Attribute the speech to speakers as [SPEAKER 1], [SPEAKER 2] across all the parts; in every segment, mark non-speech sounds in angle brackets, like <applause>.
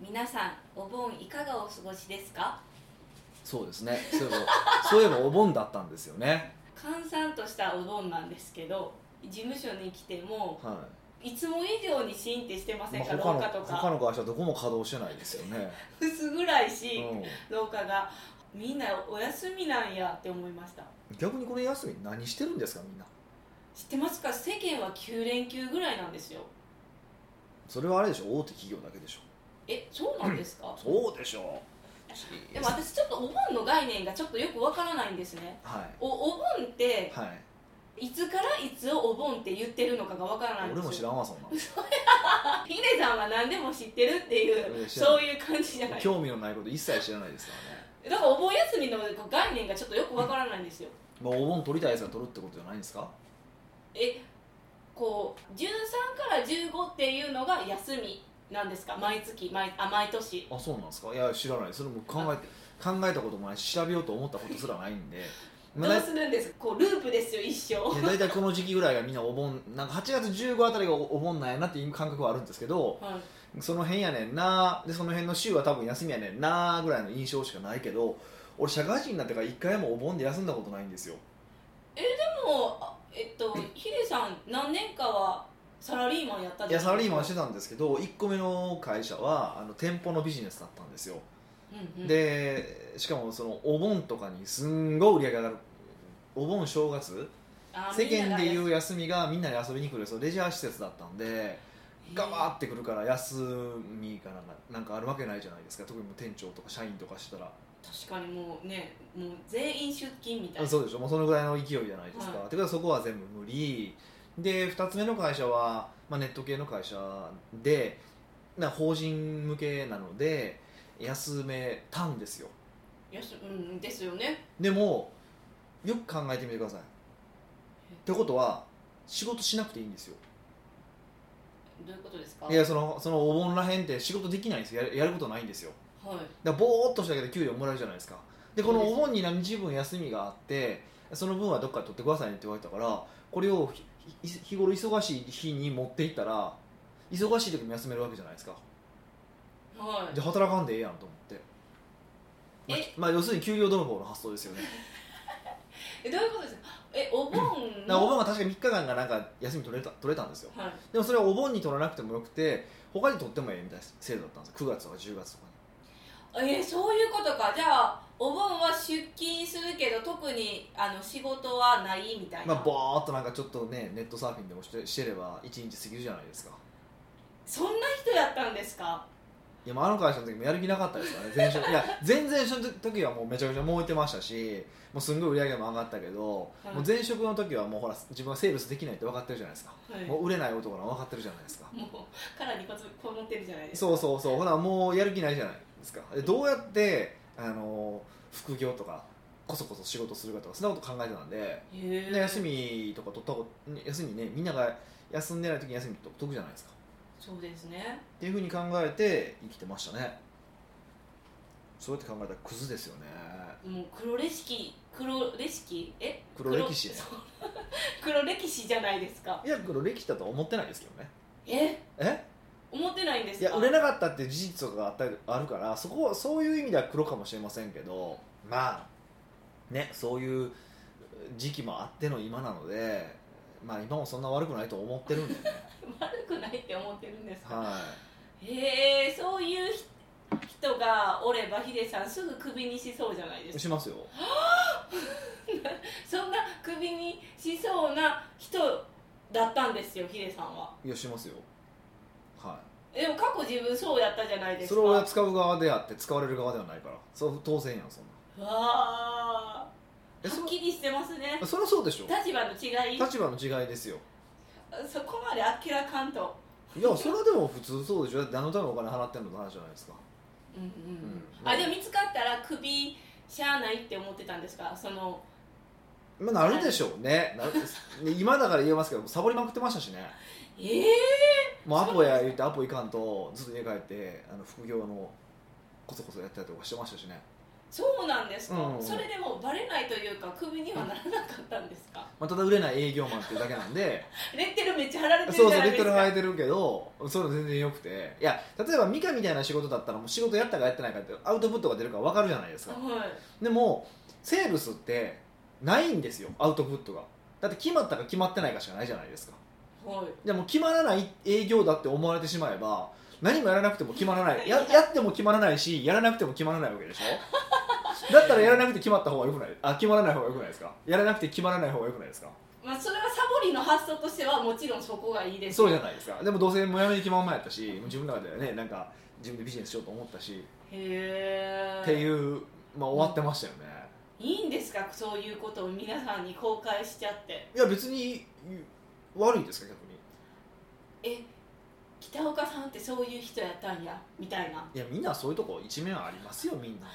[SPEAKER 1] 皆さんお盆いかがお過ごしですか
[SPEAKER 2] そうですねそういえばそういえばお盆だったんですよね
[SPEAKER 1] 閑散としたお盆なんですけど事務所に来ても
[SPEAKER 2] はい
[SPEAKER 1] つも以上にシーンってしてません
[SPEAKER 2] い、
[SPEAKER 1] か、
[SPEAKER 2] まあ、
[SPEAKER 1] 廊下
[SPEAKER 2] 他
[SPEAKER 1] と
[SPEAKER 2] の他
[SPEAKER 1] か
[SPEAKER 2] の会社どこも稼働してないですよね、
[SPEAKER 1] 薄暗いし、
[SPEAKER 2] う
[SPEAKER 1] 廊下がみんなお休みなんやって思いました
[SPEAKER 2] ん、逆にこの休み何してるんですかみんな
[SPEAKER 1] 知ってますか世間は9連休ぐらいなんですよ
[SPEAKER 2] それはあれでしょ大手企業だけでしょ
[SPEAKER 1] えそうなんですか
[SPEAKER 2] そうでしょ
[SPEAKER 1] でも私ちょっとお盆の概念がちょっとよくわからないんですね
[SPEAKER 2] は
[SPEAKER 1] おお盆って
[SPEAKER 2] い、はい、
[SPEAKER 1] いつからいつをお盆って言ってるのかがわからないんです
[SPEAKER 2] 俺
[SPEAKER 1] よ
[SPEAKER 2] も知らんわそんなの
[SPEAKER 1] ヒデさんは何でも知ってるっていう
[SPEAKER 2] 俺知らん
[SPEAKER 1] そういう感じじゃないだか
[SPEAKER 2] 興味のないこと一切知らないですからね
[SPEAKER 1] らお盆休みの概念がちょっとよくわからないんですよ
[SPEAKER 2] まあ、お盆取りたいやつが取るってことじゃないんですか
[SPEAKER 1] えこう13から15っていうのが休みなんですか毎月毎あ毎年
[SPEAKER 2] あそうなんですかいや知らないそれも考えて考えたこともないし調べようと思ったことすらないんで、ま
[SPEAKER 1] ど
[SPEAKER 2] あ、
[SPEAKER 1] う
[SPEAKER 2] だい
[SPEAKER 1] するんですかこうループですよ一生 <laughs>
[SPEAKER 2] ね大体この時期ぐらいがみんなお盆なんか8月15あたりがお盆なんやなっていう感覚はあるんですけど
[SPEAKER 1] はい
[SPEAKER 2] その辺やねんなでその辺の週は多分休みやねんなぐらいの印象しかないけど俺社会人になってから一回もお盆で休んだことないんですよ
[SPEAKER 1] もうあえっとヒデさん何年かはサラリーマンやった
[SPEAKER 2] いやサラリーマンし
[SPEAKER 1] して
[SPEAKER 2] たんですけど1個目の会社はあの店舗のビジネスだったんですよ
[SPEAKER 1] うんうん、
[SPEAKER 2] でしかもそのお盆とかにすんごい売り上げ上がるお盆正月
[SPEAKER 1] あ
[SPEAKER 2] 世間で
[SPEAKER 1] み
[SPEAKER 2] い
[SPEAKER 1] んな
[SPEAKER 2] う休みがみんなで遊びに来るそうレジャー施設だったんで
[SPEAKER 1] が
[SPEAKER 2] ガバーってくるから休みかなんかなんかあるわけないじゃないですか特にもう店長とか社員とかしてたら
[SPEAKER 1] 確かにもうねもう全員出勤みたい
[SPEAKER 2] あ
[SPEAKER 1] な
[SPEAKER 2] そうでしょもうそのぐらいの勢いじゃないですか、
[SPEAKER 1] は
[SPEAKER 2] てことはそこは全部無理で2つ目の会社は、まあ、ネット系の会社でな法人向けなので休めたんですよ
[SPEAKER 1] よしうんですよね
[SPEAKER 2] でもよく考えてみてくださいってことは仕事しなくていいんですよ
[SPEAKER 1] どういうことですか
[SPEAKER 2] いやそのそのお盆らへんって仕事できないんですよやるやることないんですよ
[SPEAKER 1] はい
[SPEAKER 2] だからぼーっとしただけで給料もらえるじゃないですかでこの
[SPEAKER 1] そうで
[SPEAKER 2] お
[SPEAKER 1] す
[SPEAKER 2] 盆に何日分休みがあってその分はどっかで取ってくださいねって言われたからこれをひひ日頃忙しい日に持っていったら忙しい時も休めるわけじゃないですか
[SPEAKER 1] はい
[SPEAKER 2] じゃあ働かんでええやんと思ってまあ
[SPEAKER 1] え
[SPEAKER 2] きまあ、要するに給料泥棒の発想ですよね
[SPEAKER 1] えどういうことですかえお盆
[SPEAKER 2] だから
[SPEAKER 1] の
[SPEAKER 2] お盆は確か3日間がなんか休み取れた取れたんですよ
[SPEAKER 1] はい
[SPEAKER 2] でもそれはお盆に取らなくてもよくて他に取ってもええみたいな制度だったんですよ9月とか10月とかに
[SPEAKER 1] えーそういうことかじゃあお盆は出勤するけど特にあの仕事はないみたいな、
[SPEAKER 2] まあ、ぼーっとなんかちょっとねネットサーフィンでもしてしてれば1日過ぎるじゃないですか
[SPEAKER 1] そんな人やったんですか
[SPEAKER 2] いやまああの会社の時もやる気なかったですからね前職
[SPEAKER 1] <laughs>
[SPEAKER 2] いや前々職の時はもうめちゃくちゃ燃えてましたしもうすんごい売り上げも上がったけど、
[SPEAKER 1] はい
[SPEAKER 2] もう前職の時はもうほら自分はセールスできないって分かってるじゃないですか、
[SPEAKER 1] はい
[SPEAKER 2] も
[SPEAKER 1] も
[SPEAKER 2] う売れない男なの分かってるじゃないですか
[SPEAKER 1] うからにこつこもってるじゃないですか
[SPEAKER 2] そうそうそうほらもうやる気ないじゃないですかでどうやってあの副業とかこそこそ仕事するかとかそんなこと考えてたんで
[SPEAKER 1] へ
[SPEAKER 2] みん
[SPEAKER 1] え
[SPEAKER 2] な休みとか取ったことね休みねみんなが休んでない時に休み取っとくじゃないですか
[SPEAKER 1] そうですね
[SPEAKER 2] っていうふうに考えて生きてましたねそうやって考えたらクズですよね
[SPEAKER 1] もう黒レシピ黒レシピえ
[SPEAKER 2] 黒歴史ね
[SPEAKER 1] 黒そう黒 <laughs> 歴史じゃないですか
[SPEAKER 2] いや黒歴史だとは思ってないですけどね
[SPEAKER 1] え
[SPEAKER 2] え
[SPEAKER 1] 思ってないんです
[SPEAKER 2] い
[SPEAKER 1] か
[SPEAKER 2] や売れなかったっていう事実とかあったあるからそこはそういう意味では黒かもしれませんけどまあねそういう時期もあっての今なのでまあ今もそんな悪くないと思ってるんで
[SPEAKER 1] <laughs>
[SPEAKER 2] ね
[SPEAKER 1] 悪くないって思ってるんですか
[SPEAKER 2] は
[SPEAKER 1] へえそういうひ人がおればヒデさんすぐクビにしそうじゃないで
[SPEAKER 2] い
[SPEAKER 1] すか
[SPEAKER 2] しますよ
[SPEAKER 1] そんなクビにしそうな人だったんですよヒデさんはい
[SPEAKER 2] やしますよはい
[SPEAKER 1] でも過去自分そうやったじゃないです
[SPEAKER 2] そ
[SPEAKER 1] か
[SPEAKER 2] れを使う側であって使われる側ではないからそう当然やんそんな
[SPEAKER 1] わあ
[SPEAKER 2] えそ
[SPEAKER 1] はっきりしてますね
[SPEAKER 2] そりゃそうでしょ
[SPEAKER 1] 立場の違い
[SPEAKER 2] 立場の違いですよ
[SPEAKER 1] そこまであっけらかんと
[SPEAKER 2] いやそれはでも普通そうでしょだって何のためにお金払ってんのって話じゃないですか
[SPEAKER 1] うんうんうん、
[SPEAKER 2] うん
[SPEAKER 1] あでも見つかったらクビしゃあないって思ってたんですかその
[SPEAKER 2] まあなるでしょうねなる今だから言えますけどサボりまくってましたしね
[SPEAKER 1] ええ
[SPEAKER 2] もうアポや言ってアポ行かんとずっと家帰ってあの副業のこそこそやったりとかしてましたしね
[SPEAKER 1] そうなんですか、
[SPEAKER 2] うん
[SPEAKER 1] それでもバレないというかクビにはならなかったんですか
[SPEAKER 2] まあ、ただ売れない営業マンっていうだけなんで
[SPEAKER 1] レッテルめっちゃ貼られてるじ
[SPEAKER 2] そう
[SPEAKER 1] ゃ
[SPEAKER 2] そう
[SPEAKER 1] な
[SPEAKER 2] レ
[SPEAKER 1] い
[SPEAKER 2] ッ
[SPEAKER 1] で
[SPEAKER 2] テ
[SPEAKER 1] す
[SPEAKER 2] ル
[SPEAKER 1] か
[SPEAKER 2] 生えてるけどそういうの全然よくていや例えばミカみたいな仕事だったらもう仕事やったかやってないかってアウトプットが出るから分かるじゃないですか
[SPEAKER 1] はい
[SPEAKER 2] でもセールスってないんですよアウトプットがだって決まったか決まってないかしかないじゃないですか
[SPEAKER 1] はい
[SPEAKER 2] でも決まらない営業だって思われてしまえば何もやらなくても決まらないややっても決まらないしやらなくても決まらないわけでしょだったらやらなくて決まった方がよくないあ決まらない方がよくないですかやらなくて決まらない方がよくないですか
[SPEAKER 1] まあ、それはサボりの発想としてはもちろんそこがいいです
[SPEAKER 2] そうじゃないですかでもどうせもうやめに決まんまやったしもう自分の中ではねなんか自分でビジネスしようと思ったし、
[SPEAKER 1] へえ
[SPEAKER 2] っていううまあ終わってましたよね、
[SPEAKER 1] いいんですかそういうことを皆さんに公開しちゃって
[SPEAKER 2] いや別に悪いですか逆に
[SPEAKER 1] え北岡さんってそういう人やったんやみたいない
[SPEAKER 2] やみんなそういうとこ一面ありますよみんな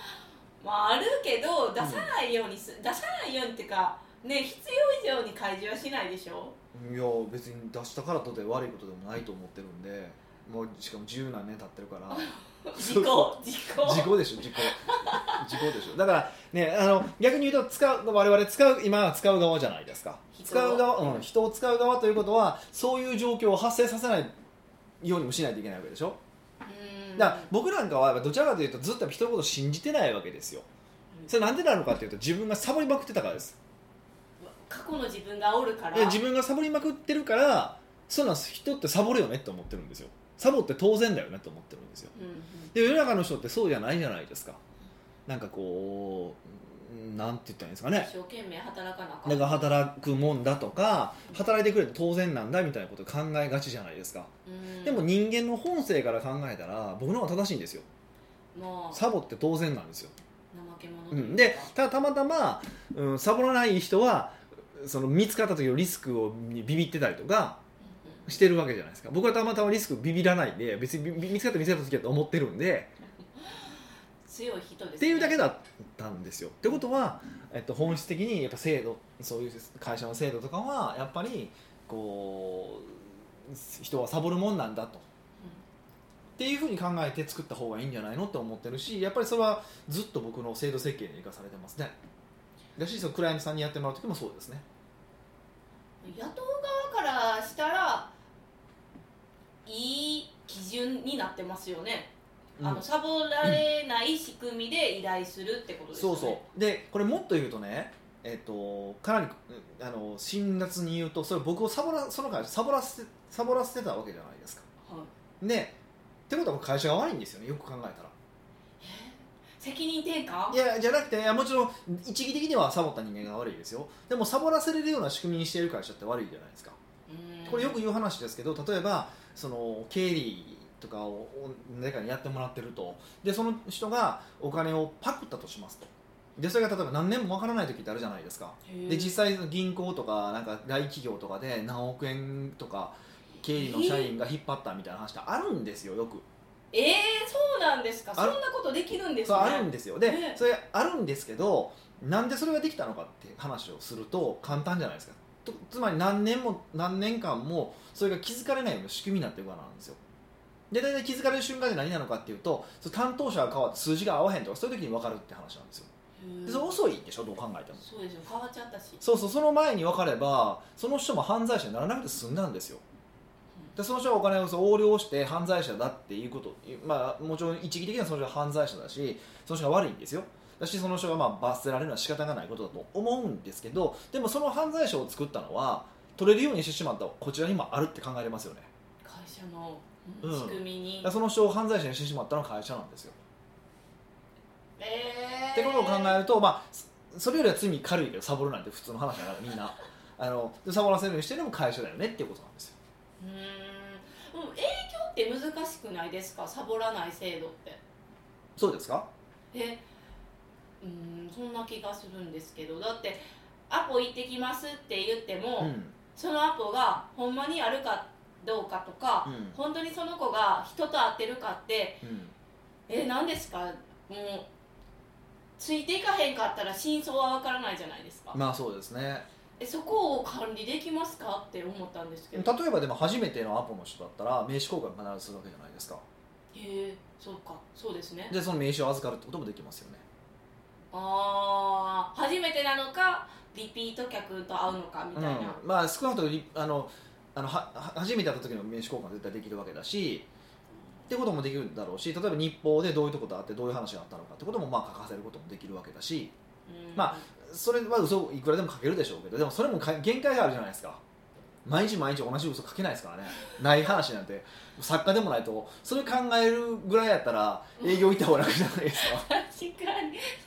[SPEAKER 1] まああるけど出さないようにす、出さないようにってかね必要以上に開示はしないでしょ
[SPEAKER 2] いや別に出したからとて悪いことでもないと思ってるんでもうしかも十何年経ってるから <laughs>
[SPEAKER 1] 自己自己
[SPEAKER 2] 時効でしょ時効時効でしょだからねあの逆に言うと使う我々使う今は使う側じゃないですか
[SPEAKER 1] 人を
[SPEAKER 2] 使う側、うん、人を使う側ということはそういう状況を発生させないようにもしないといけないわけでしょ
[SPEAKER 1] うーん
[SPEAKER 2] だから僕なんかはやっぱどちらかというとずっとやっぱ人のことを信じてないわけですよそれなんでなのかというと自分がサボりまくってたからです
[SPEAKER 1] 過去の自分がおるから
[SPEAKER 2] で自分がサボりまくってるからそんなん人ってサボるよねって思ってるんですよサボって当然だよねって思ってるんですよ
[SPEAKER 1] うんうん
[SPEAKER 2] で世の中の人ってそうじゃないじゃないですかなんかこううんなんて言ったらいいんですかね
[SPEAKER 1] 一生懸命働かなあか
[SPEAKER 2] だから働くもんだとか働いてくれて当然なんだみたいなことを考えがちじゃないですか
[SPEAKER 1] うん
[SPEAKER 2] でも人間の本性から考えたら僕の方が正しいんですよ
[SPEAKER 1] もう
[SPEAKER 2] サボって当然なんですよ、
[SPEAKER 1] 怠け者と
[SPEAKER 2] う、
[SPEAKER 1] いうんか
[SPEAKER 2] でたたまたま、うん、サボらない人はその見つかった時のリスクをにビビってたりとか
[SPEAKER 1] うんうん
[SPEAKER 2] してるわけじゃないですか僕はたまたまリスクビビらないんで別にビビ見つかった見つかった時だと思ってるんで
[SPEAKER 1] 強い人です、ね、
[SPEAKER 2] っていうだけだったんですよってことは、えっと、本質的にやっぱ制度そういう会社の制度とかはやっぱりこう人はサボるもんなんだとっていうふうに考えて作った方がいいんじゃないのって思ってるしやっぱりそれはずっと僕の制度設計に生かされてますねだしそのクライアントさんにやってもらう時もそうですね
[SPEAKER 1] うん雇う側からしたらいい基準になってますよね、あのサボられない仕組みで依頼するってことですよ
[SPEAKER 2] そ
[SPEAKER 1] ね
[SPEAKER 2] うそうでこれもっと言うとねえっとかなりうんあの辛辣に言うとそれ僕をサボらその会社サボらせてサボらせてたわけじゃないですか
[SPEAKER 1] う、はい、
[SPEAKER 2] ねってことは会社が悪いんですよねよく考えたら
[SPEAKER 1] 責任転
[SPEAKER 2] い
[SPEAKER 1] 換
[SPEAKER 2] やじゃなくていやもちろん一義的にはサボった人間が悪いですよでもサボらせれるような仕組みにしている会社って悪いじゃないですか
[SPEAKER 1] うん
[SPEAKER 2] これよく言う話ですけど例えばその経理とかを誰かにやってもらってるとでその人がお金をパクったとしますとでそれが例えば何年もわからない時ってあるじゃないですか
[SPEAKER 1] へー
[SPEAKER 2] で実際銀行とかなんか大企業とかで何億円とか経理の社員が引っ張ったみたいな話ってあるんですよよく
[SPEAKER 1] えー、そうなんですかそ
[SPEAKER 2] あ
[SPEAKER 1] ん
[SPEAKER 2] る
[SPEAKER 1] なことできるんです
[SPEAKER 2] そう
[SPEAKER 1] ね
[SPEAKER 2] あるんですよで
[SPEAKER 1] ね
[SPEAKER 2] それあるんですけどなんでそれができたのかって話をすると簡単じゃないですかとつまり何年も何年間もそれが気づかれないような仕組みになってるからなんですよで大体気づかれる瞬間で何なのかっていうとその担当者が変わって数字が合わへんとかそういう時に分かるって話なんですよ
[SPEAKER 1] うん
[SPEAKER 2] でそれ遅いでしょどう考えても
[SPEAKER 1] そうですよ変わっちゃったし
[SPEAKER 2] そうそうその前に分かればその人も犯罪者にならなくて済んだんですよでその人がお金をそう横領して犯罪者だっていうこと、まあ、もちろん一義的にはその人が犯罪者だしその人が悪いんですよだしその人がまあ罰せられるのは仕方がないことだと思うんですけどでもその犯罪者を作ったのは取れるようにしてしまったこちらにもあるって考えれますよね
[SPEAKER 1] 会社のう
[SPEAKER 2] うんん
[SPEAKER 1] 仕組みに、
[SPEAKER 2] だからその人を犯罪者にしてしまったのは会社なんですよ、
[SPEAKER 1] えー、
[SPEAKER 2] ってことを考えると、まあ、そそれよりは罪軽いけどサボるなんて普通の話だからみんなあのでサボらせるようにしてるのも会社だよねっていうことなんですよ
[SPEAKER 1] うーんでも営業って難しくないですかサボらない制度って
[SPEAKER 2] そうですか
[SPEAKER 1] えうーんそんな気がするんですけどだってアポ行ってきますって言っても、
[SPEAKER 2] うん
[SPEAKER 1] そのアポがほんまにあるかどうかとか、
[SPEAKER 2] うん
[SPEAKER 1] 本当にその子が人と会ってるかって
[SPEAKER 2] うん
[SPEAKER 1] え何ですかもうついていかへんかったら真相はわからないじゃないですか、
[SPEAKER 2] まあそうですね
[SPEAKER 1] えそこを管理できますかって思ったんですけ
[SPEAKER 2] 例
[SPEAKER 1] ど
[SPEAKER 2] えばでも初めてのアポの人だったら名刺交換必ずするわけじゃないですか
[SPEAKER 1] へえそうかそうですね
[SPEAKER 2] でその名刺を預かるってこともできますよね
[SPEAKER 1] あー初めてなのかリピート客と会うのかみたいな、
[SPEAKER 2] うん、まあ少なくともリあのあのはは初めて会った時の名刺交換は絶対できるわけだしってこともできるんだろうし例えば日報でどういうとことあってどういう話があったのかってこともまあ書かせることもできるわけだし
[SPEAKER 1] うん
[SPEAKER 2] まそれは嘘をいくらでも書けるでしょうけどでもそれもか限界があるじゃないですか毎日毎日同じ嘘書けないですからねない話なんて作家でもないとそれ考えるぐらいやったら営業行った方が楽じゃないですか
[SPEAKER 1] 確かに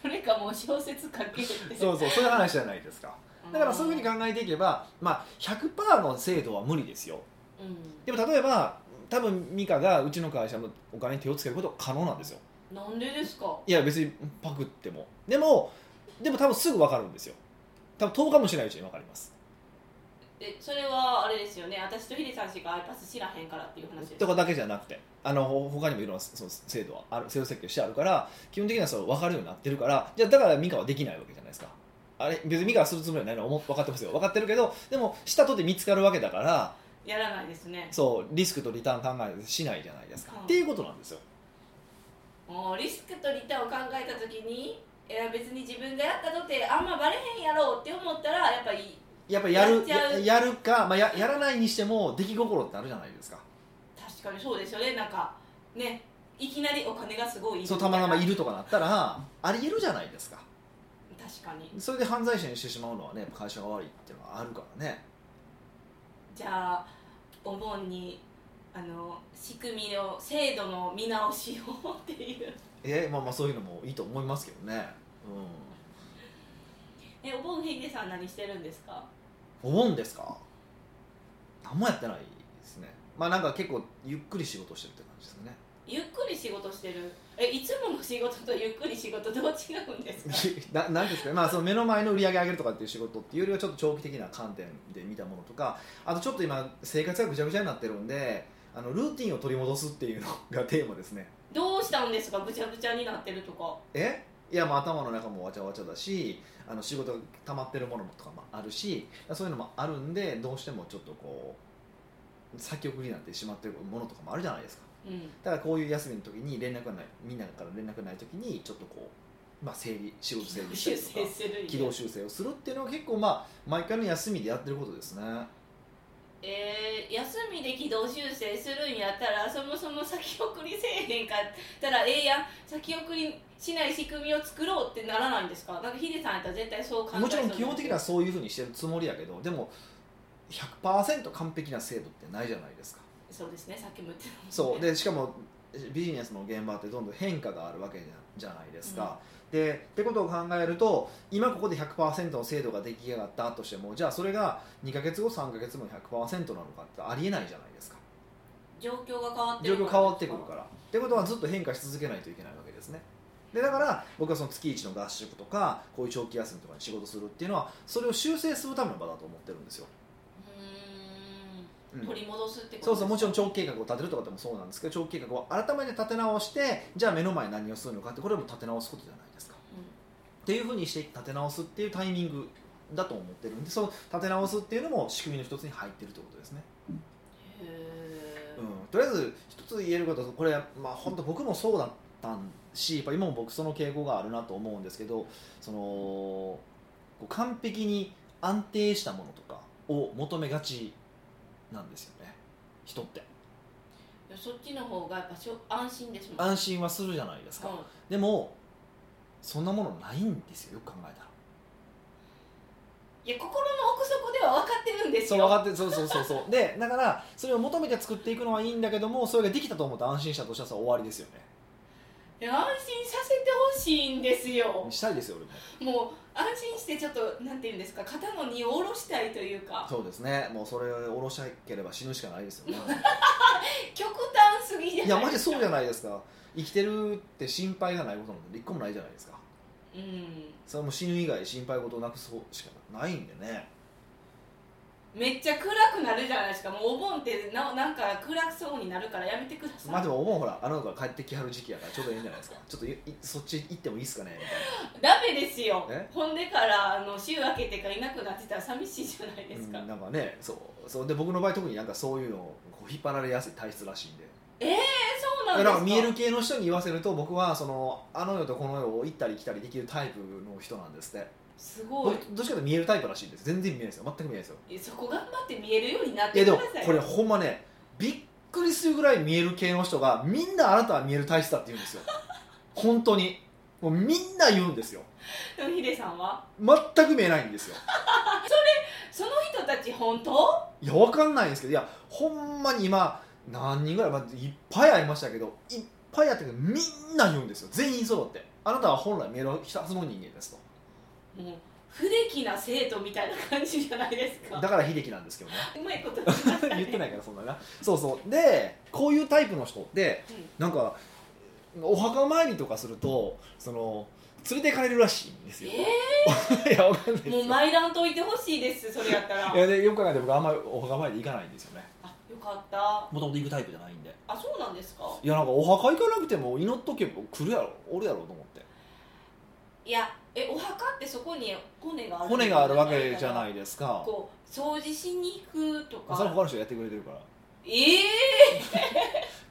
[SPEAKER 1] それかもう小説書けるって
[SPEAKER 2] そうそうそういう話じゃないですかだからそういうふうに考えていけば、まあ、100%の制度は無理ですよ
[SPEAKER 1] う
[SPEAKER 2] でも例えば多分美香がうちの会社のお金に手をつけることは可能なんですよ
[SPEAKER 1] ん、なんでですか
[SPEAKER 2] いや別にパクってもでもでも多分すぐ分かるんですよ多分10日もしないうちに分かります
[SPEAKER 1] でそれはあれですよね私とヒデさんしかアイパス知らへんからっていう話です
[SPEAKER 2] とかだけじゃなくてあのほ他にもいろんなその制度はある制度設計してあるから基本的にはそう分かるようになってるからじゃあだから美香はできないわけじゃないですかあれ別に美香はするつもりはないのは思っ分かってますよ分かってるけどでもしたとて見つかるわけだから
[SPEAKER 1] やらないですね
[SPEAKER 2] そうリスクとリターン考えてしないじゃないですか、
[SPEAKER 1] うん
[SPEAKER 2] っていうことなんですよ
[SPEAKER 1] もうリスクとリターンを考えた時にいや別に自分がやったとてあんまバレへんやろうって思ったらやっぱり
[SPEAKER 2] やっぱやる
[SPEAKER 1] やっちゃ
[SPEAKER 2] や
[SPEAKER 1] う
[SPEAKER 2] やるか、まあ、ややらないにしても出来心ってあるじゃないですか
[SPEAKER 1] 確かにそうですよねなんかねいきなりお金がすごいいる
[SPEAKER 2] そうたまたまい
[SPEAKER 1] み
[SPEAKER 2] るとかなったらありえるじゃないですか
[SPEAKER 1] たいな確かに
[SPEAKER 2] それで犯罪者にしてしまうのはね会社が悪いっていうのはあるからね
[SPEAKER 1] じゃあお盆にあの仕組みを制度の見直しをっていう
[SPEAKER 2] えまあまあそういうのもいいと思いますけどね
[SPEAKER 1] えお盆ヒデさん何してるんですか
[SPEAKER 2] うんお盆ですか何もやってないですねまあなんか結構ゆっくり仕事してるって感じですね
[SPEAKER 1] ゆっくり仕事してるえいつもの仕事とゆっくり仕事どう違うんです
[SPEAKER 2] <laughs>
[SPEAKER 1] か
[SPEAKER 2] <laughs> ななんですかね、まあ、その目の前の売り上げ上げるとかっていう仕事っていうよりはちょっと長期的な観点で見たものとかあとちょっと今生活がぐちゃぐちゃになってるんであのルーティンを取り戻すっていうのがテーマですね
[SPEAKER 1] どうしたんですかぐちゃぐちゃになってるとか
[SPEAKER 2] えいやまあ頭の中もわちゃわちゃだしあの仕事が溜まってるものとかもあるしそういうのもあるんでどうしてもちょっとこう先送りになってしまってるものとかもあるじゃないですか <laughs>
[SPEAKER 1] うん
[SPEAKER 2] だからこういう休みの時に連絡がないみんなから連絡がない時にちょっとこう、まあ、整理仕事整理した
[SPEAKER 1] 修正
[SPEAKER 2] りと
[SPEAKER 1] <laughs>
[SPEAKER 2] か
[SPEAKER 1] する
[SPEAKER 2] 軌道修正をするっていうのは結構まあ毎回の休みでやってることですね
[SPEAKER 1] えー休みで軌道修正するんやったらそもそも先送りせえへんかったらええやん先送りしない仕組みを作ろうってならないんですかなんかヒデさんやったら絶対そう考え
[SPEAKER 2] もちろん
[SPEAKER 1] そう
[SPEAKER 2] 基本的にはそういうふうにしてるつもりやけどでも100%完璧な制度ってないじゃないですか
[SPEAKER 1] そうですねさっきも言ってたもんね
[SPEAKER 2] そうでしかもビジネスの現場ってどんどん変化があるわけじゃないですか、でってことを考えると今ここで100%の制度が出来上がったとしてもじゃあそれが2ヶ月後3ヶ月後に100%なのかってありえないじゃないですか
[SPEAKER 1] 状況が変わって
[SPEAKER 2] 状
[SPEAKER 1] る
[SPEAKER 2] 況変わってくるからってことはずっと変化し続けないといけないわけですねでだから僕はその月一の合宿とかこういう長期休みとかに仕事するっていうのはそれを修正するための場だと思ってるんですよ、う
[SPEAKER 1] うー
[SPEAKER 2] ん
[SPEAKER 1] ん取り戻すってこと
[SPEAKER 2] そうそうもちろん
[SPEAKER 1] ちょ
[SPEAKER 2] 長期計画を立てるとかでもそうなんですけど長期計画を改めて立て直してじゃあ目の前に何をするのかってこれも立て直すことじゃないですかっていうふうにして立て直すっていうタイミングだと思ってるんでその立て直すっていうのも仕組みの一つに入ってるってことですね
[SPEAKER 1] へえ、
[SPEAKER 2] うん、とりあえず一つ言えることはこれ、まあ、本当僕もそうだったしやっぱ今も僕その傾向があるなと思うんですけどそのこう完璧に安定したものとかを求めがちなんですよね人って
[SPEAKER 1] そっちの方がやっぱしょ安心ですもん
[SPEAKER 2] 安心はするじゃないですか、
[SPEAKER 1] うん
[SPEAKER 2] でもそんなものないんですよよく考えたら
[SPEAKER 1] いや心の奥底では分かってるんです
[SPEAKER 2] そう
[SPEAKER 1] よ
[SPEAKER 2] 分かってそうそうそうそうでだからそれを求めて作っていくのはいいんだけどもそれができたと思って安心したとしたらそれは終わりですよね
[SPEAKER 1] いや安心させてほしいんですよ
[SPEAKER 2] したいですよ俺も
[SPEAKER 1] もう安心してちょっとなんていうんですか肩の荷を下ろしたいというか
[SPEAKER 2] そうですね、もうそれを下ろしなければ死ぬしかないですよね。
[SPEAKER 1] 極端すぎじゃない
[SPEAKER 2] <laughs> いや、マジそうじゃないですか、生きてるって心配がないことなんて、一個もないじゃないですか、
[SPEAKER 1] うん
[SPEAKER 2] それはもう死ぬ以外、心配事をなくそうしかないんでね、
[SPEAKER 1] めっちゃ暗くなるじゃないですかもうお盆ってななんか暗そうになるからやめてください、
[SPEAKER 2] まあでも、お盆ほら、あの子が帰ってきはる時期やから、ちょうどいいんじゃないですか、ちょっといいそっち行ってもいいですかねみたい
[SPEAKER 1] ダメですよ
[SPEAKER 2] え
[SPEAKER 1] ほんでからあの週明けてからいなくなってたら寂しいじゃないですか、
[SPEAKER 2] な、うん、なんかね、そう、そうで僕の場合、特になんかそういうのをこう引っ張られやすい体質らしいんで、
[SPEAKER 1] えー、そうなん
[SPEAKER 2] だ
[SPEAKER 1] です
[SPEAKER 2] から
[SPEAKER 1] か
[SPEAKER 2] 見える系の人に言わせると僕はそのあの世とこの世を行ったり来たりできるタイプの人なんですって
[SPEAKER 1] すごい
[SPEAKER 2] 僕どっちかというと見えるタイプらしいんです全然見えないですよ全く見えないですよ
[SPEAKER 1] えそこ頑張って見えるようになっ
[SPEAKER 2] い
[SPEAKER 1] て
[SPEAKER 2] や
[SPEAKER 1] く
[SPEAKER 2] で
[SPEAKER 1] だ
[SPEAKER 2] も
[SPEAKER 1] さい
[SPEAKER 2] これほんまねびっくりするぐらい見える系の人がみんなあなたは見える体質だって言うんですよ本当にもうみんな言うんですよ
[SPEAKER 1] でもヒデさんは
[SPEAKER 2] 全く見えないんですよ
[SPEAKER 1] その人たち本当
[SPEAKER 2] いやわかんないんですけどいやほんまに今何人ぐらい、まあ、いっぱいありましたけどいっぱいあったけどみんな言うんですよ全員揃ってあなたは本来見えるはずの人間ですと
[SPEAKER 1] もう不出来な生徒みたいな感じじゃないですか
[SPEAKER 2] だから秀樹なんです <laughs> けどね
[SPEAKER 1] うまいこと言いましたね
[SPEAKER 2] <laughs> 言ってないからそんななそうそうでこういうタイプの人って
[SPEAKER 1] うん
[SPEAKER 2] なんかお墓参りとかするとその連れて行かれるらしいんですよ、
[SPEAKER 1] え
[SPEAKER 2] <laughs> いやわかんない
[SPEAKER 1] ー、
[SPEAKER 2] です
[SPEAKER 1] もう
[SPEAKER 2] よ
[SPEAKER 1] 前段といてほしいですそれやったら
[SPEAKER 2] いやでよく考えて僕あんまりお墓参り行かないんですよね
[SPEAKER 1] あよかった
[SPEAKER 2] もともと行くタイプじゃないんで
[SPEAKER 1] あそうなんですか
[SPEAKER 2] いやなんかお墓行かなくても祈っとけば来るやろおるやろと思って
[SPEAKER 1] いやえお墓ってそこに骨がある
[SPEAKER 2] 骨があるわけじゃ
[SPEAKER 1] い
[SPEAKER 2] ないですか
[SPEAKER 1] こう掃除しに行くと
[SPEAKER 2] それ
[SPEAKER 1] か
[SPEAKER 2] 他の人やってくれてるから
[SPEAKER 1] ええ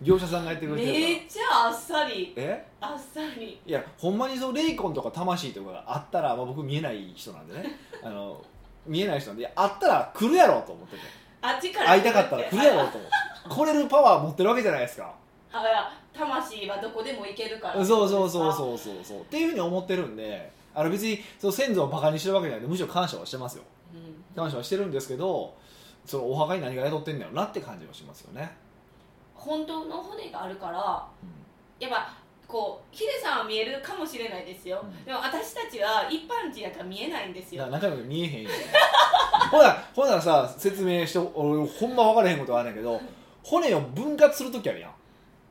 [SPEAKER 2] 業者さんがやってくれてるから
[SPEAKER 1] めっちゃあっさり
[SPEAKER 2] え
[SPEAKER 1] あっさり
[SPEAKER 2] いやほんまにその霊魂とか魂とかがあったら、まあ、僕見えない人なんでね <laughs> あの見えない人なんでいやあったら来るやろと思ってて
[SPEAKER 1] あっちから
[SPEAKER 2] 会いたかったら来るやろ
[SPEAKER 1] あ
[SPEAKER 2] と思って来れるパワー持ってるわけじゃないですか
[SPEAKER 1] あいや魂はどこでも行けるから
[SPEAKER 2] そうそうそう
[SPEAKER 1] う
[SPEAKER 2] そうそうそうっていうふうに思ってるんであの別にその先祖をバカにしてるわけじゃないんでむしろ感謝はしてますよ
[SPEAKER 1] うん
[SPEAKER 2] 感謝はしてるんですけどそのお墓に何が宿ってんだよなって感じはしますよね、
[SPEAKER 1] 本当の骨があるからやっぱこうヒデさんは見えるかもしれないですよ、
[SPEAKER 2] うん
[SPEAKER 1] でも私たちは一般人やから見えないんです
[SPEAKER 2] うん、
[SPEAKER 1] よ
[SPEAKER 2] だから中身が見えへん <laughs> よ、ね、ほなほなさ説明して俺ほんま分からへんことはあるんやけど骨を分割する時あるやん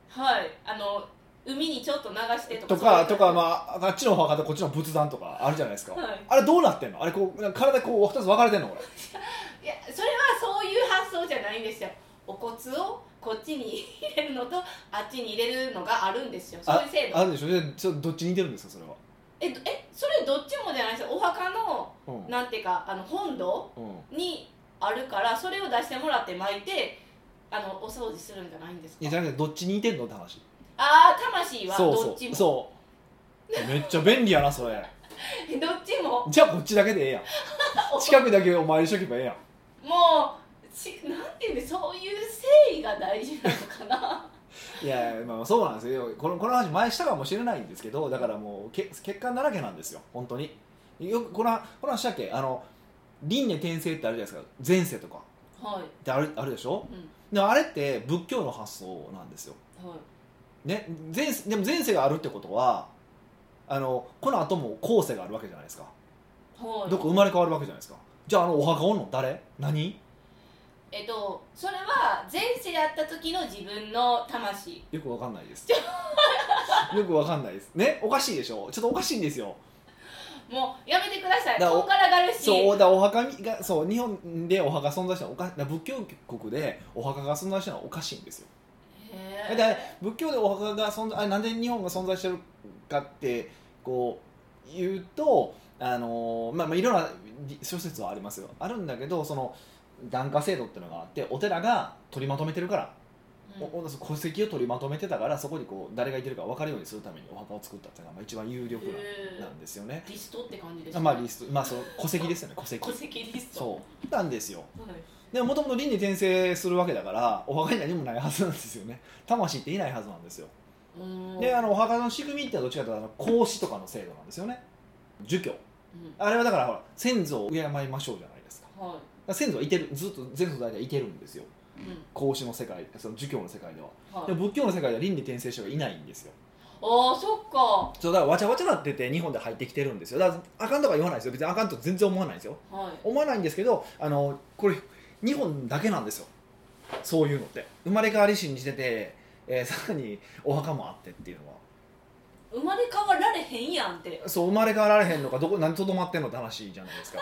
[SPEAKER 1] はいあの海にちょっと流してとか
[SPEAKER 2] とか
[SPEAKER 1] そう
[SPEAKER 2] と
[SPEAKER 1] いう感
[SPEAKER 2] か、まあ、あっちのお墓とこっちの仏壇とかあるじゃないですか、
[SPEAKER 1] はい
[SPEAKER 2] あれどうなってんのあれこうなんか体こう2つ分かれてんのこれ
[SPEAKER 1] じいやそれはそういう発想じゃないんですよお骨をこっちに入れるのとあっちに入れるのがあるんですよそういう制
[SPEAKER 2] あ
[SPEAKER 1] 度
[SPEAKER 2] るでしょでちょどっちに似てるんですかそれは
[SPEAKER 1] えどえそれどっちもじゃないですよお墓の
[SPEAKER 2] うん
[SPEAKER 1] なんていうかあの本堂
[SPEAKER 2] うん
[SPEAKER 1] にあるからそれを出してもらって巻いてあのお掃除するんじゃないんです
[SPEAKER 2] いや
[SPEAKER 1] か
[SPEAKER 2] じゃなくてどっちに似てんのって話
[SPEAKER 1] ああ魂は
[SPEAKER 2] そう
[SPEAKER 1] ど
[SPEAKER 2] そ
[SPEAKER 1] っち
[SPEAKER 2] う
[SPEAKER 1] も
[SPEAKER 2] そうめっちゃ便利やなそれ
[SPEAKER 1] え <laughs> どっちも
[SPEAKER 2] じゃあこっちだけでええ
[SPEAKER 1] <laughs>
[SPEAKER 2] やん近くだけお参りしとけばええやん
[SPEAKER 1] もうしなんていうんでそういう誠意が大事なのかな
[SPEAKER 2] <laughs> いやいやまあそうなんですよこのこの話前したかもしれないんですけどだからもうけ欠陥だらけなんですよ本当によくこのこの話だっけあの輪廻転生ってあるじゃないですか前世とか
[SPEAKER 1] はい、
[SPEAKER 2] ってあるあるでしょ
[SPEAKER 1] うん
[SPEAKER 2] でもあれって仏教の発想なんですよ、
[SPEAKER 1] はい、
[SPEAKER 2] ね、前世でも前世があるってことはあのこの後も後世があるわけじゃないですか
[SPEAKER 1] はい、
[SPEAKER 2] どこ生まれ変わるわけじゃないですかじゃああのお墓おんの誰何
[SPEAKER 1] えっとそれは前世やった時の自分の魂
[SPEAKER 2] よくわかんないですよくわかんないですねおかしいでしょちょっとおかしいんですよ
[SPEAKER 1] もうやめてください
[SPEAKER 2] だから
[SPEAKER 1] とんからがるし
[SPEAKER 2] そうだからお墓にがそう日本でお墓存在したのはおかだから仏教国でお墓が存在したのはおかしいんですよ
[SPEAKER 1] へ
[SPEAKER 2] だ
[SPEAKER 1] ー
[SPEAKER 2] から仏教でお墓が存在あれなんで日本が存在してるかってこう言うとあのーまあまあいろんな諸説はありますよあるんだけどその檀家制度っていうのがあってお寺が取りまとめてるから、
[SPEAKER 1] うん
[SPEAKER 2] おおその戸籍を取りまとめてたからそこにこう誰がいてるか分かるようにするためにお墓を作ったっていうのがまあ一番有力
[SPEAKER 1] へー
[SPEAKER 2] ななんですよね。
[SPEAKER 1] リストって感じです
[SPEAKER 2] まあリストまあその戸籍ですよね戸籍
[SPEAKER 1] 戸籍リスト
[SPEAKER 2] そうなんですよ
[SPEAKER 1] う、はい
[SPEAKER 2] でももともと輪廻転生するわけだからお墓に何もないはずなんですよね <laughs> 魂っていないはずなんですよ
[SPEAKER 1] うーん
[SPEAKER 2] であのお墓の仕組みってどっちかというとあの孔子とかの制度なんですよね儒教
[SPEAKER 1] うん
[SPEAKER 2] あれはだからほら先祖を敬いましょうじゃないですかだか
[SPEAKER 1] は
[SPEAKER 2] ら先祖はいてるずっと前祖代々いてるんですよ
[SPEAKER 1] い、うん
[SPEAKER 2] 孔子の世界その儒教の世界では
[SPEAKER 1] はい、
[SPEAKER 2] でも仏教の世界では輪廻転生者がいないんですよ
[SPEAKER 1] ああそっかは
[SPEAKER 2] そうだからわちゃわちゃなってて日本で入ってきてるんですよだからあかんとか言わないですよ別にあかんと全然思わないんですよ
[SPEAKER 1] い
[SPEAKER 2] 思わないんですけどあのこれ日本だけなんですよそういうのって生まれ変わり信じてて、えーさらにお墓もあってっていうのは
[SPEAKER 1] 生まれ変わられへんやんって
[SPEAKER 2] そう生まれ変わられへんのかどこ何とどまってんのって話じゃないですか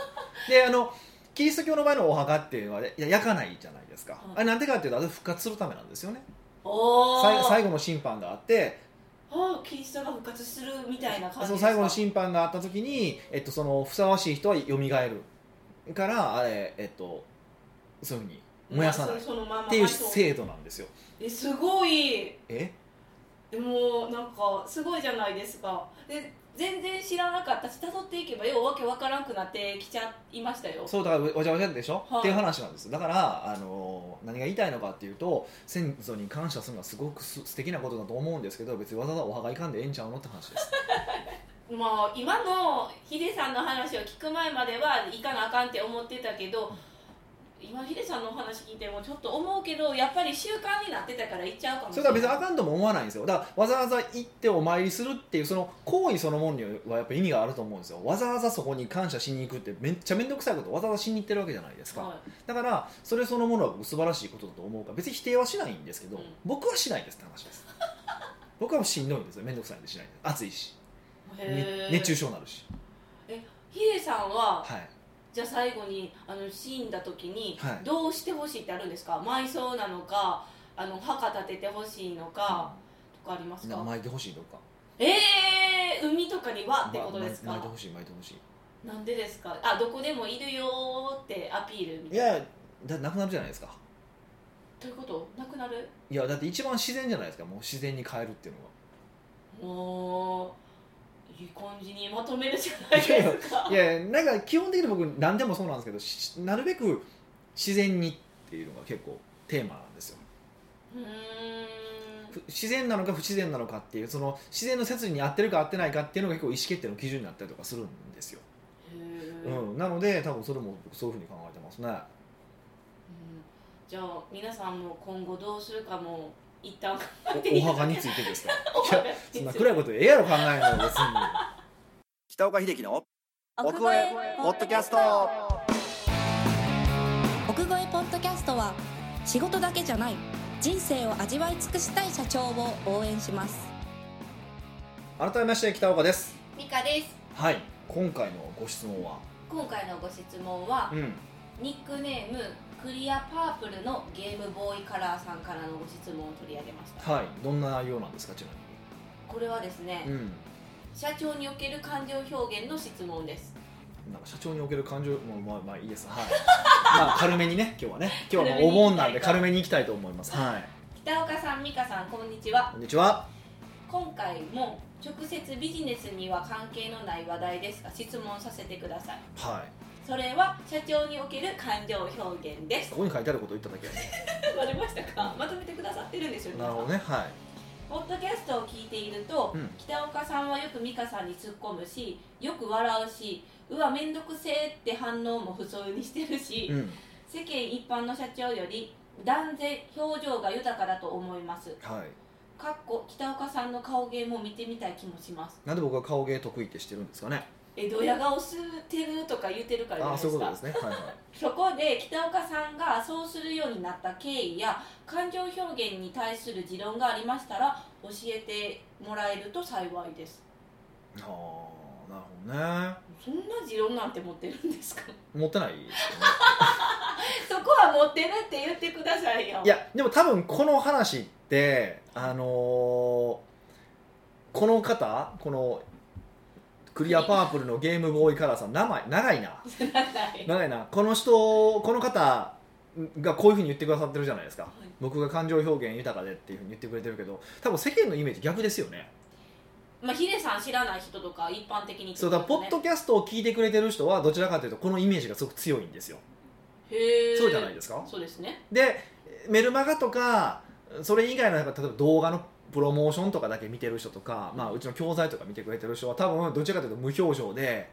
[SPEAKER 2] であのキリスト教の場合のお墓っていうのはいや焼かないじゃないですか、
[SPEAKER 1] うん
[SPEAKER 2] あれなんでかっていうとあれ復活するためなんですよね
[SPEAKER 1] お
[SPEAKER 2] さい
[SPEAKER 1] ー
[SPEAKER 2] 最後の審判があって
[SPEAKER 1] あーキリストが復活するみたいな感じで
[SPEAKER 2] その
[SPEAKER 1] すか
[SPEAKER 2] 最後の審判があった時に、えっと、そのふさわしい人はよみがえるからあれ、えっと、そういうふうに燃やさないっ
[SPEAKER 1] そそのまま
[SPEAKER 2] ていう制度なんですよ
[SPEAKER 1] えすごい
[SPEAKER 2] え
[SPEAKER 1] でもなんかすごいじゃないですかで全然知らなかったし誘っていけばようわけわからんくなってきちゃいましたよ
[SPEAKER 2] そうだからわちゃわちゃでしょ、
[SPEAKER 1] はい
[SPEAKER 2] っていう話なんですだからあの何が言いたいのかっていうと先祖に感謝するのはすごくす素敵なことだと思うんですけど別にわざわざお墓行かんでええんちゃうのって話です
[SPEAKER 1] <laughs> もう今のヒデさんの話を聞く前までは行かなあかんって思ってたけど今ヒデさんのお話聞いてもちょっと思うけどやっぱり習慣になってたから行っちゃうかも
[SPEAKER 2] そ
[SPEAKER 1] し
[SPEAKER 2] れ
[SPEAKER 1] れな
[SPEAKER 2] から
[SPEAKER 1] い
[SPEAKER 2] 別にあかんとも思わないんですよだからわざわざ行ってお参りするっていうその行為そのものにはやっぱ意味があると思うんですよわざわざそこに感謝しに行くってめっちゃ面倒くさいことわざわざしに行ってるわけじゃないですか、
[SPEAKER 1] はい
[SPEAKER 2] だからそれそのものは僕素晴らしいことだと思うから別に否定はしないんですけど、
[SPEAKER 1] うん
[SPEAKER 2] 僕はしないですって話です僕はもうしんどいんですよ面倒くさいんでしないです暑いし、
[SPEAKER 1] へ
[SPEAKER 2] ね
[SPEAKER 1] ー
[SPEAKER 2] 熱中症になるし
[SPEAKER 1] ヒデさんは
[SPEAKER 2] はい
[SPEAKER 1] じゃあ最後にあの死んだ時に
[SPEAKER 2] はい
[SPEAKER 1] どうしてほしいってあるんですか、埋葬なのかあの墓建ててほしいのかとかあります
[SPEAKER 2] な
[SPEAKER 1] か
[SPEAKER 2] 巻いてほしいとか
[SPEAKER 1] ええー、海とかにわってことです
[SPEAKER 2] ま
[SPEAKER 1] か
[SPEAKER 2] 巻いてほしい巻いてほしい
[SPEAKER 1] なんでですかあどこでもいるよーってアピールみ
[SPEAKER 2] い
[SPEAKER 1] たいな
[SPEAKER 2] やだなくなるじゃないですか
[SPEAKER 1] ということなくなる
[SPEAKER 2] いやだって一番自然じゃないですかもう自然に変えるっていうのは
[SPEAKER 1] もういい感じにまとめるじゃないですか
[SPEAKER 2] いやなんか基本的に僕何でもそうなんですけどしなるべく自然にっていうのが結構テーマなんですよ
[SPEAKER 1] うーん
[SPEAKER 2] ふ自然なのか不自然なのかっていうその自然の摂理に合ってるか合ってないかっていうのが結構意思決定の基準になったりとかするんですよ、
[SPEAKER 1] へ
[SPEAKER 2] う
[SPEAKER 1] ー
[SPEAKER 2] んなので多分それも僕そういうふうに考えて <laughs> ますね
[SPEAKER 1] うんじゃあ皆さんも今後どうするかも一旦考えて
[SPEAKER 2] お
[SPEAKER 1] い
[SPEAKER 2] お
[SPEAKER 1] ただ
[SPEAKER 2] 墓について <laughs> ですか
[SPEAKER 1] お
[SPEAKER 2] いや
[SPEAKER 1] 墓につい
[SPEAKER 2] そんな
[SPEAKER 1] て
[SPEAKER 2] 暗いことええやろ考えんの
[SPEAKER 3] <laughs>
[SPEAKER 2] 別に北岡秀樹の奥越
[SPEAKER 3] ポッドキャスト奥越えポッドキャストは仕事だけじゃない人生を味わい尽くしたい社長を応援します
[SPEAKER 2] 改めまして北岡です
[SPEAKER 1] ミカです
[SPEAKER 2] はい今回のご質問は
[SPEAKER 1] 今回のご質問は
[SPEAKER 2] うん
[SPEAKER 1] ニックネームクリアパープルのゲームボーイカラーさんからのご質問を取り上げました
[SPEAKER 2] はいどんな内容なんですかちな
[SPEAKER 1] これはですね
[SPEAKER 2] みにうん
[SPEAKER 1] 社長における感情表現の質問です
[SPEAKER 2] なんか社長における感情もまあまあいいですはい <laughs> まあ軽めにね今日はね今日はもうお盆なんで軽
[SPEAKER 1] 軽
[SPEAKER 2] めにいきたいと思いますはい
[SPEAKER 1] 北岡さん美香さんこんにちは
[SPEAKER 2] こんにちは
[SPEAKER 1] 今回も直接ビジネスには関係のない話題ですが質問させてください
[SPEAKER 2] はい
[SPEAKER 1] それは社長における感情表現です
[SPEAKER 2] ここに書いてあることを言っただけやね
[SPEAKER 1] バレましたかまとめてくださってるんですよ
[SPEAKER 2] <laughs> なるほどねはい
[SPEAKER 1] ポッドキャストを聞いていると、
[SPEAKER 2] うん
[SPEAKER 1] 北岡さんはよく美香さんに突っ込むしよく笑うしうわめんどくせえって反応も普通にしてるし、
[SPEAKER 2] うん
[SPEAKER 1] 世間一般の社長より断然表情が豊かだと思います
[SPEAKER 2] はい
[SPEAKER 1] かっこ北岡さんの顔芸も見てみたい気もします
[SPEAKER 2] なんで僕は顔芸得意ってしてるんですかね
[SPEAKER 1] えドヤ顔吸ってるとか言ってるからじゃ
[SPEAKER 2] あ
[SPEAKER 1] な
[SPEAKER 2] あ
[SPEAKER 1] い
[SPEAKER 2] そ
[SPEAKER 1] で
[SPEAKER 2] うい
[SPEAKER 1] す
[SPEAKER 2] うこと
[SPEAKER 1] か
[SPEAKER 2] ですね <laughs> はいはい
[SPEAKER 1] そこで北岡さんがそうするようになった経緯や感情表現に対する持論がありましたら教えてもらえると幸いです
[SPEAKER 2] ああなるほどね
[SPEAKER 1] そんな持論なんて持ってるんですか
[SPEAKER 2] 持ってないですよね
[SPEAKER 1] そこは持ってるって言ってください
[SPEAKER 2] <laughs>
[SPEAKER 1] よ
[SPEAKER 2] いやでも多分この話ってあのーこの方このクリアパープルのゲームボーイカラーさん名前長いな
[SPEAKER 1] ください
[SPEAKER 2] 長いなこの人この方がこういうふうに言ってくださってるじゃないですか、僕が感情表現豊かでっていうふうに言ってくれてるけど多分世間のイメージ逆ですよね
[SPEAKER 1] まあヒデさん知らない人とか一般的にって
[SPEAKER 2] そ
[SPEAKER 1] こ
[SPEAKER 2] うだ
[SPEAKER 1] と
[SPEAKER 2] か
[SPEAKER 1] で
[SPEAKER 2] ら
[SPEAKER 1] すね
[SPEAKER 2] ポッドキャストを聞いてくれてる人はどちらかというとこのイメージがすごく強いんですよ
[SPEAKER 1] へー
[SPEAKER 2] そうじゃないですか
[SPEAKER 1] そうですね
[SPEAKER 2] でメルマガとかそれ以外のなんか例えば動画のプロモーションとかだけ見てる人とか、まあ、うちの教材とか見てくれてる人は多分どちらかというと無表情で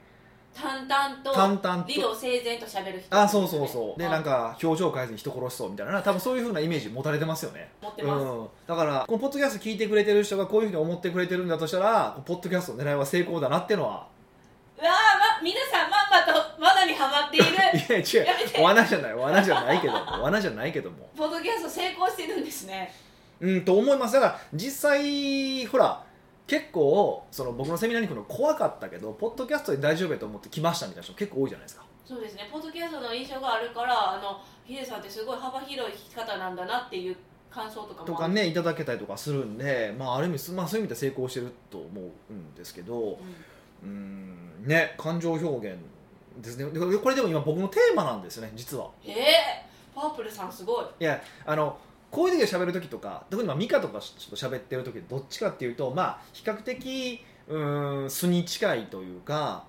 [SPEAKER 1] 淡々と
[SPEAKER 2] 淡々
[SPEAKER 1] 理路
[SPEAKER 2] と
[SPEAKER 1] 整然と喋る人
[SPEAKER 2] あそうそうそうで
[SPEAKER 1] あ
[SPEAKER 2] なんか表情変えずに人殺しそうみたいな多分そういうふうなイメージ持たれてますよね
[SPEAKER 1] 持ってます、
[SPEAKER 2] うん、だからこのポッドキャスト聞いてくれてる人がこういうふうに思ってくれてるんだとしたらポッドキャストの狙いは成功だなってのは
[SPEAKER 1] うわあ、ま、皆さんまんまと罠には
[SPEAKER 2] <laughs>
[SPEAKER 1] まっている
[SPEAKER 2] いや違
[SPEAKER 1] やめ
[SPEAKER 2] う罠じゃない罠じゃないけども罠じゃないけども
[SPEAKER 1] ポッドキャスト成功してるんですね
[SPEAKER 2] うんと思いますだから実際ほら結構その僕のセミナーに来るの怖かったけどポッドキャストで大丈夫やと思って来ましたみたいな人結構多いじゃないですか
[SPEAKER 1] そうですねポッドキャストの印象があるからあのヒデさんってすごい幅広い弾き方なんだなっていう感想とかも
[SPEAKER 2] とかねいただけたりとかするんで、まあ、ある意味、まあ、そういう意味で成功してると思うんですけど
[SPEAKER 1] う
[SPEAKER 2] うんね感情表現ですねでこれでも今僕のテーマなんですよね実は
[SPEAKER 1] ん、えー、パープルさんすごい
[SPEAKER 2] いやあのこういう時で喋る時とか特にまあミカとかしちょっと喋ってる時どっちかっていうとまあ比較的うーん素に近いというか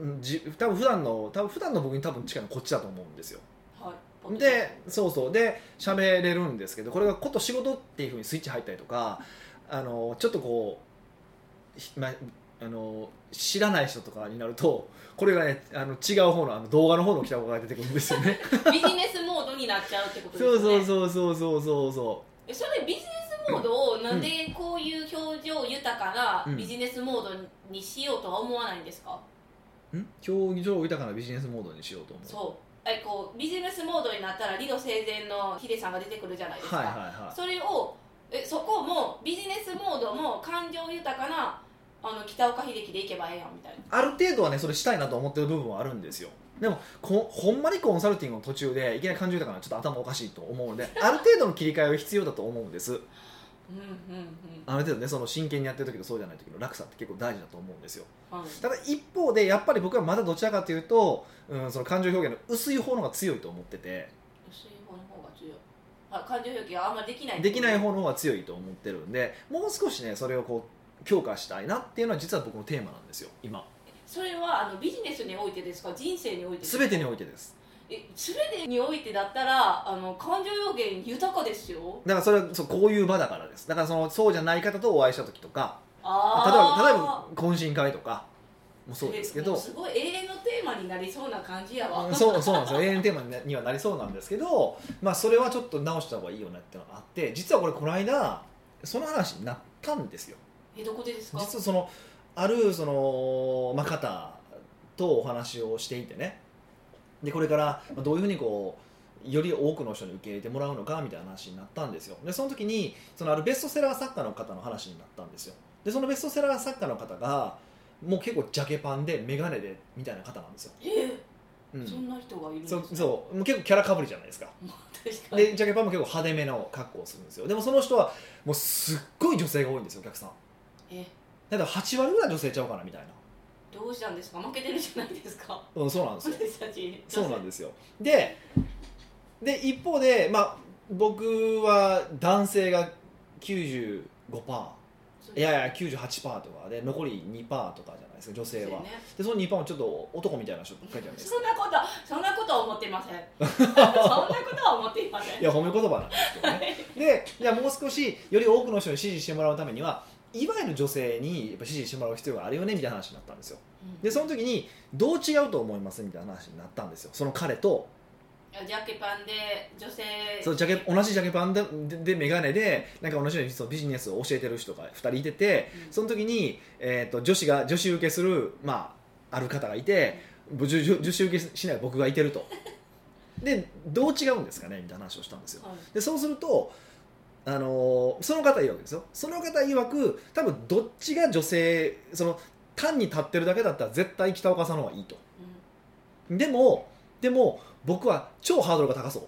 [SPEAKER 2] うんじ多分普段の多分普段の僕に多分近いのこっちだと思うんですよ
[SPEAKER 1] はい
[SPEAKER 2] でそうそうで喋れるんですけどこれがこと仕事っていうふうにスイッチ入ったりとかあのちょっとこうひ、まあ、あの知らない人とかになるとこれがねあの違う方のあの動画の方の北岡が出てくるんです
[SPEAKER 1] <laughs>
[SPEAKER 2] よね
[SPEAKER 1] ビジネスモードになっちゃうってことです
[SPEAKER 2] そ
[SPEAKER 1] ね
[SPEAKER 2] うそうそうそうそうそうそ
[SPEAKER 1] えそれビジネスモードをなんでこういう表情豊か
[SPEAKER 2] うん
[SPEAKER 1] なビジネスモードにしようとは思わないんですか、
[SPEAKER 2] うん競技場豊かなビジネスモードにしようと思う
[SPEAKER 1] そうえこうビジネスモードになったら理路整然のヒデさんが出てくるじゃないですか、
[SPEAKER 2] はいはいは
[SPEAKER 1] それをえそこもビジネスモードも感情豊かなあの北岡秀樹でいけばええやんみたい
[SPEAKER 2] いある程度はねそれしたいなと思ってる部分はあるんですよでもこほんまにコンサルティングの途中でいきなり感情豊かなちょっと頭おかしいと思うのである程度の切り替えは必要だと思うんです
[SPEAKER 1] なうんうん
[SPEAKER 2] ある程度ねその真剣にやってる時とそうじゃない時の落差って結構大事だと思うんですよ
[SPEAKER 1] うんはい
[SPEAKER 2] ただ一方でやっぱり僕はまだどちらかというと、うん、その感情表現の薄い方の方が強いと思ってて
[SPEAKER 1] 薄い方の方が強いあ感情表現はあんまできない
[SPEAKER 2] できない方の方が強いと思ってるんでもう少しねそれをこう強化したいなっていうのは実は僕のテーマなんですよ今
[SPEAKER 1] それはあのビジネスにおいてですか人生においてですか
[SPEAKER 2] 全てにおいてです
[SPEAKER 1] え全てにおいてだったらあの感情表現豊かですよ
[SPEAKER 2] だからそれはそうこういう場だからですだからそのそうじゃない方とお会いした時とか例え
[SPEAKER 1] あ
[SPEAKER 2] ば例えば懇親会とかもそうですけ
[SPEAKER 1] え
[SPEAKER 2] ど
[SPEAKER 1] もうすごい永遠のテーマになりそうな感じやわ、
[SPEAKER 2] うんそうそうなんですよ永遠テーマになにはなりそうなんですけど、まあ、それはちょっと直した方がいいよねっていうのがあって実はこれこの間その話になったんですよ
[SPEAKER 1] えどこでですか
[SPEAKER 2] 実はそのあるその、まあ、方とお話をしていてねでこれからまあどういうふうにこうより多くの人に受け入れてもらうのかみたいな話になったんですよでその時にそのあるベストセラー作家の方の話になったんですよでそのベストセラー作家の方がもう結構ジャケパンで眼鏡でみたいな方なんですよ、
[SPEAKER 1] えー
[SPEAKER 2] う
[SPEAKER 1] そんな人がいるんです
[SPEAKER 2] そ
[SPEAKER 1] か
[SPEAKER 2] うそうもう結構キャラかぶりじゃないですか
[SPEAKER 1] <laughs> 確かに
[SPEAKER 2] でジャケパンも結構派手めの格好をするんですよでもその人はもうすっごい女性が多いんですよお客さん
[SPEAKER 1] え
[SPEAKER 2] だから8割ぐらい女性ちゃうかなみたいな
[SPEAKER 1] どうしたんですか負けてるじゃないですか
[SPEAKER 2] うん <laughs> そうなんですよ
[SPEAKER 1] 私たち
[SPEAKER 2] そうなん
[SPEAKER 1] で
[SPEAKER 2] ですよでで一方でまあ僕は男性が95%
[SPEAKER 1] す
[SPEAKER 2] いやいや98%とかで残り2%とかじゃないですか女性は
[SPEAKER 1] ね
[SPEAKER 2] でその2%をちょっと男みたいな人書いてあるんです <laughs>
[SPEAKER 1] そんなことそんなことは思っていませんそんなことは思っていません
[SPEAKER 2] いや褒め言葉なんですけどねでじゃあもう少しより多くの人に支持してもらうためにはいわゆる女性にやっぱ支持してもらう必要があるよねみたいな話になったんですよでその時にどう違うと思いますみたいな話になったんですよその彼と
[SPEAKER 1] うんジャケパンで女性
[SPEAKER 2] そうジャケ同じジャケパンででで眼鏡でなんか同じようにそのビジネスを教えてる人が2人いてて
[SPEAKER 1] うん
[SPEAKER 2] その時に、えー、と女子が女子受けする、まあ、ある方がいて女女女子受けしない僕がいてるとでどう違うんですかねみたいな話をしたんですよ
[SPEAKER 1] はい
[SPEAKER 2] でそうすると、あのーその方いるわけですよその方曰く多分どっちが女性その単に立ってるだけだったら絶対北岡さんの方がいいとでもでも僕は超ハードルが高そう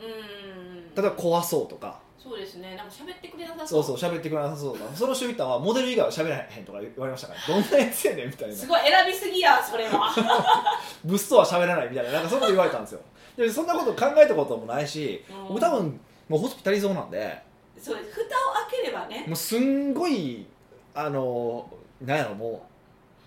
[SPEAKER 1] うんうん
[SPEAKER 2] 例えば怖そうとか
[SPEAKER 1] そうですねなんか喋ってくれなさ
[SPEAKER 2] そ
[SPEAKER 1] そう
[SPEAKER 2] うそう喋ってくれなさそうとかその人言ったはモデル以外は喋らへんとか言われましたからどんなやつやねんみたいな
[SPEAKER 1] すごい選びすぎやそれは
[SPEAKER 2] 物騒は喋らないみたいななんかそんなこと言われたんですよでそんなこと考えたこと <laughs> もないし僕多分もうホスピタリゾーなんで
[SPEAKER 1] そうです蓋を開ければね
[SPEAKER 2] もうすんごいあのなんやろも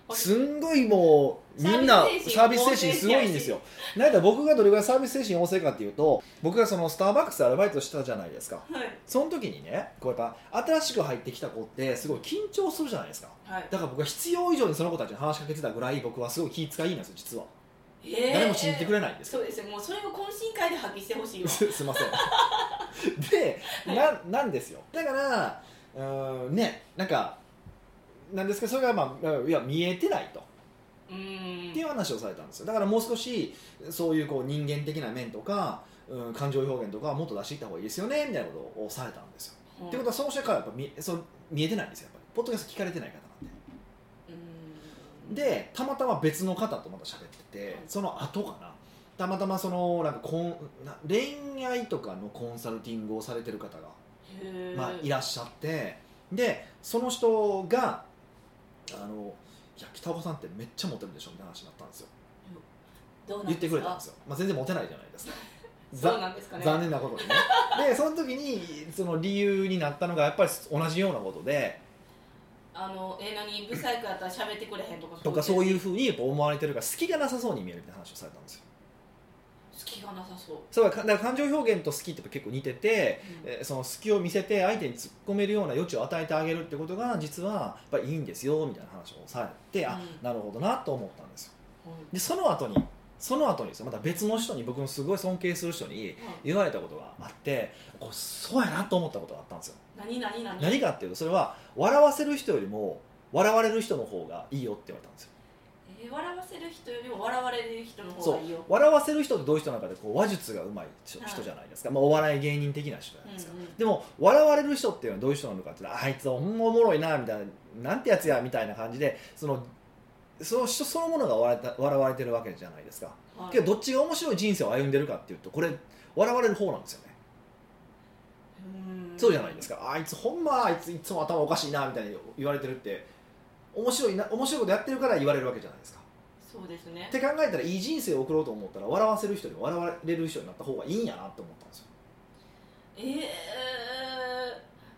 [SPEAKER 2] うすんごいもうみんなサ
[SPEAKER 1] サ
[SPEAKER 2] ー
[SPEAKER 1] ー
[SPEAKER 2] ビ
[SPEAKER 1] ビス
[SPEAKER 2] ス精
[SPEAKER 1] 精
[SPEAKER 2] 神
[SPEAKER 1] 神
[SPEAKER 2] すごいんですよなんやったら僕がどれぐらいサービス精神旺盛かっていうと僕がそのスターバックスでアルバイトしてたじゃないですか
[SPEAKER 1] はい
[SPEAKER 2] その時にねこうやっぱ新しく入ってきた子ってすごい緊張するじゃないですか
[SPEAKER 1] はい
[SPEAKER 2] だから僕は必要以上にその子たちに話しかけてたぐらい僕はすごい気遣いいんですよ実は
[SPEAKER 1] えー
[SPEAKER 2] 誰も信じてくれないんです
[SPEAKER 1] そうですねもうそれを懇親会で発揮してほしいわ
[SPEAKER 2] <laughs> すすいませんでななんですよだからうーんねなんかなんですけどそれが、まあ、いや見えてないと
[SPEAKER 1] うーん
[SPEAKER 2] っていう話をされたんですよだからもう少しそういうこう人間的な面とか、うん、感情表現とかはもっと出していった方がいいですよねみたいなことをされたんですよ、
[SPEAKER 1] うん
[SPEAKER 2] ってことはその人からやっぱ見そう見えてないんですよやっぱりポッドキャスト聞かれてない方なん
[SPEAKER 1] うーん
[SPEAKER 2] ででたまたま別の方とまた喋っててその後かなたまたまそのなんかこんな恋愛とかのコンサルティングをされてる方が
[SPEAKER 1] へー
[SPEAKER 2] まあ、いらっしゃってでその人が「あのいや北岡さんってめっちゃモテるでしょ」みたいな話になったんですよ
[SPEAKER 1] どうなん
[SPEAKER 2] 言
[SPEAKER 1] で
[SPEAKER 2] っ
[SPEAKER 1] すか <laughs>
[SPEAKER 2] てくれたんですよ、まあ、全然モテないじゃないですか
[SPEAKER 1] そ
[SPEAKER 2] ざ
[SPEAKER 1] うなんですかね
[SPEAKER 2] 残念なことにねでその時にその理由になったのがやっぱり同じようなことで
[SPEAKER 1] あのえ何ブサイクやったら喋ってくれへんとか
[SPEAKER 2] とかそう
[SPEAKER 1] う
[SPEAKER 2] いうふうにやっぱ思われてるから隙がなさそうに見えるって話をされたんですよ
[SPEAKER 1] 隙がなさそう、
[SPEAKER 2] それはだから感情表現と好きって結構似てて、
[SPEAKER 1] うん
[SPEAKER 2] えーその好きを見せて相手に突っ込めるような余地を与えてあげるってことが実はやっぱりいいんですよみたいな話をされて、あ
[SPEAKER 1] うん
[SPEAKER 2] なるほどなと思ったんですよ
[SPEAKER 1] うん
[SPEAKER 2] でその後にその後にですよまた別の人に僕のすごい尊敬する人に言われたことがあってこれそうやなと思ったことがあったんですよ
[SPEAKER 1] 何何何
[SPEAKER 2] 何かっていうとそれは笑わせる人よりも笑われる人の方がいいよって言われたんですよ
[SPEAKER 1] えー笑わせる人よりも笑われる人の方がいいよ
[SPEAKER 2] 笑わせる人ってどういう人なのかでこう話術がうまい人
[SPEAKER 1] はい
[SPEAKER 2] 人じゃないですか、まあ、お笑い芸人的な人じゃないですか、
[SPEAKER 1] うんうん
[SPEAKER 2] でも笑われる人っていうのはどういう人なのかっていうのはあいつほんまおもろいなみたいななんてやつやみたいな感じでそのその人そのものが笑われた笑われてるわけじゃないですか
[SPEAKER 1] はい
[SPEAKER 2] けどどっちが面白い人生を歩んでるかっていうとこれ笑われる方なんですよね
[SPEAKER 1] うん
[SPEAKER 2] そうじゃないですかあいつほんまあいついつも頭おかしいなみたいに言われてるって面白いな面白いことやってるから言われるわけじゃないですか
[SPEAKER 1] そうですね
[SPEAKER 2] って考えたらいい人生を送ろうと思ったら笑わせる人に笑われる人になった方がいいんやなって思ったんですよ
[SPEAKER 1] え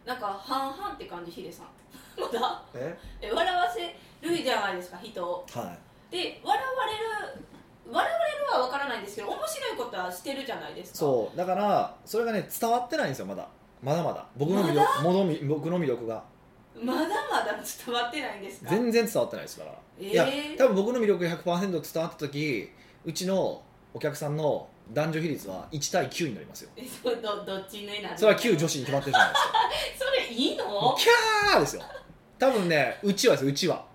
[SPEAKER 1] ー、なんか半々って感じヒデさん <laughs> まだ
[SPEAKER 2] え
[SPEAKER 1] え笑わせるじゃないですか人を
[SPEAKER 2] はい
[SPEAKER 1] で笑われる笑われるは分からないんですけど面白いことはしてるじゃないですか
[SPEAKER 2] そうだからそれがね伝わってないんですよまだまだまだ僕の魅力ものみ僕の魅力が
[SPEAKER 1] まだまだ伝わってないんですか
[SPEAKER 2] 全然伝わってないですから、
[SPEAKER 1] えー
[SPEAKER 2] いや多分僕の魅力が100%伝わった時うちのお客さんの男女比率は1対9になりますよ
[SPEAKER 1] えそうどどっちになる
[SPEAKER 2] それは9女子に決まってるじゃないです
[SPEAKER 1] <laughs>
[SPEAKER 2] か
[SPEAKER 1] それいい
[SPEAKER 2] も
[SPEAKER 1] の
[SPEAKER 2] うキャーですよ多分ねうちわですようちわ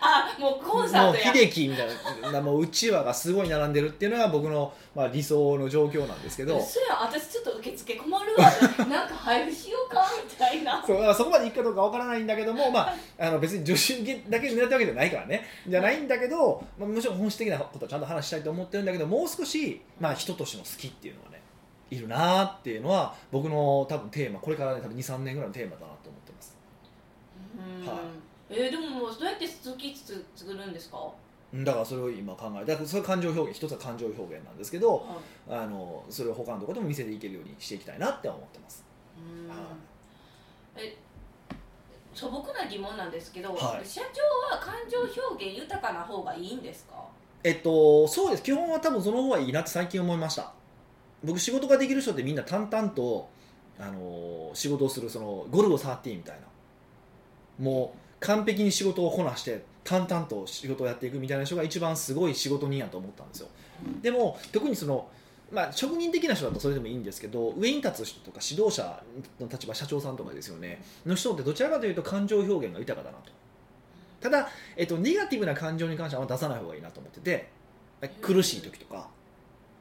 [SPEAKER 1] あもうコ
[SPEAKER 2] も
[SPEAKER 1] ンサー
[SPEAKER 2] う
[SPEAKER 1] トや
[SPEAKER 2] 秀樹みたいなもううちわがすごい並んでるっていうのが僕の、まあ、理想の状況なんですけど
[SPEAKER 1] そや私ちょっと受付困る
[SPEAKER 2] <laughs>
[SPEAKER 1] わなんか配布しようかみたいな
[SPEAKER 2] そうだからそこまでいくかどうかわからないんだけども、まあ、あの別に女子受けだけ狙ったわけじゃないからねじゃないんだけど、まあ、もちろん本質的なことはちゃんと話したいと思ってるんだけどもう少し、まあ、人としての好きっていうのはねいるなーっていうのは僕の多分テーマこれからね多分23年ぐらいのテーマだなと思ってます
[SPEAKER 1] うん
[SPEAKER 2] はい
[SPEAKER 1] えーでももうどうやって好きつつ作るんですか、
[SPEAKER 2] うんだからそれを今考えだからそれは感情表現一つは感情表現なんですけど
[SPEAKER 1] はい
[SPEAKER 2] あのそれを他のところでも見せていけるようにしていきたいなって思ってます
[SPEAKER 1] うん
[SPEAKER 2] はい
[SPEAKER 1] 素朴な疑問なんですけど、
[SPEAKER 2] はい
[SPEAKER 1] 社長は感情表現豊かな方がいいんですか
[SPEAKER 2] えっと、そうです基本は多分その方がいいなって最近思いました僕仕事ができる人ってみんな淡々と、あのー仕事をするそのゴルゴ13みたいなもう完璧に仕事をこなして淡々と仕事をやっていくみたいな人が一番すごい仕事人やと思ったんですよでも特にその、まあ、職人的な人だとそれでもいいんですけど上に立つ人とか指導者の立場社長さんとかですよねの人ってどちらかというと感情表現が豊かだなとただ、えっと、ネガティブな感情に関してはあんま出さない方がいいなと思ってて苦しい時とか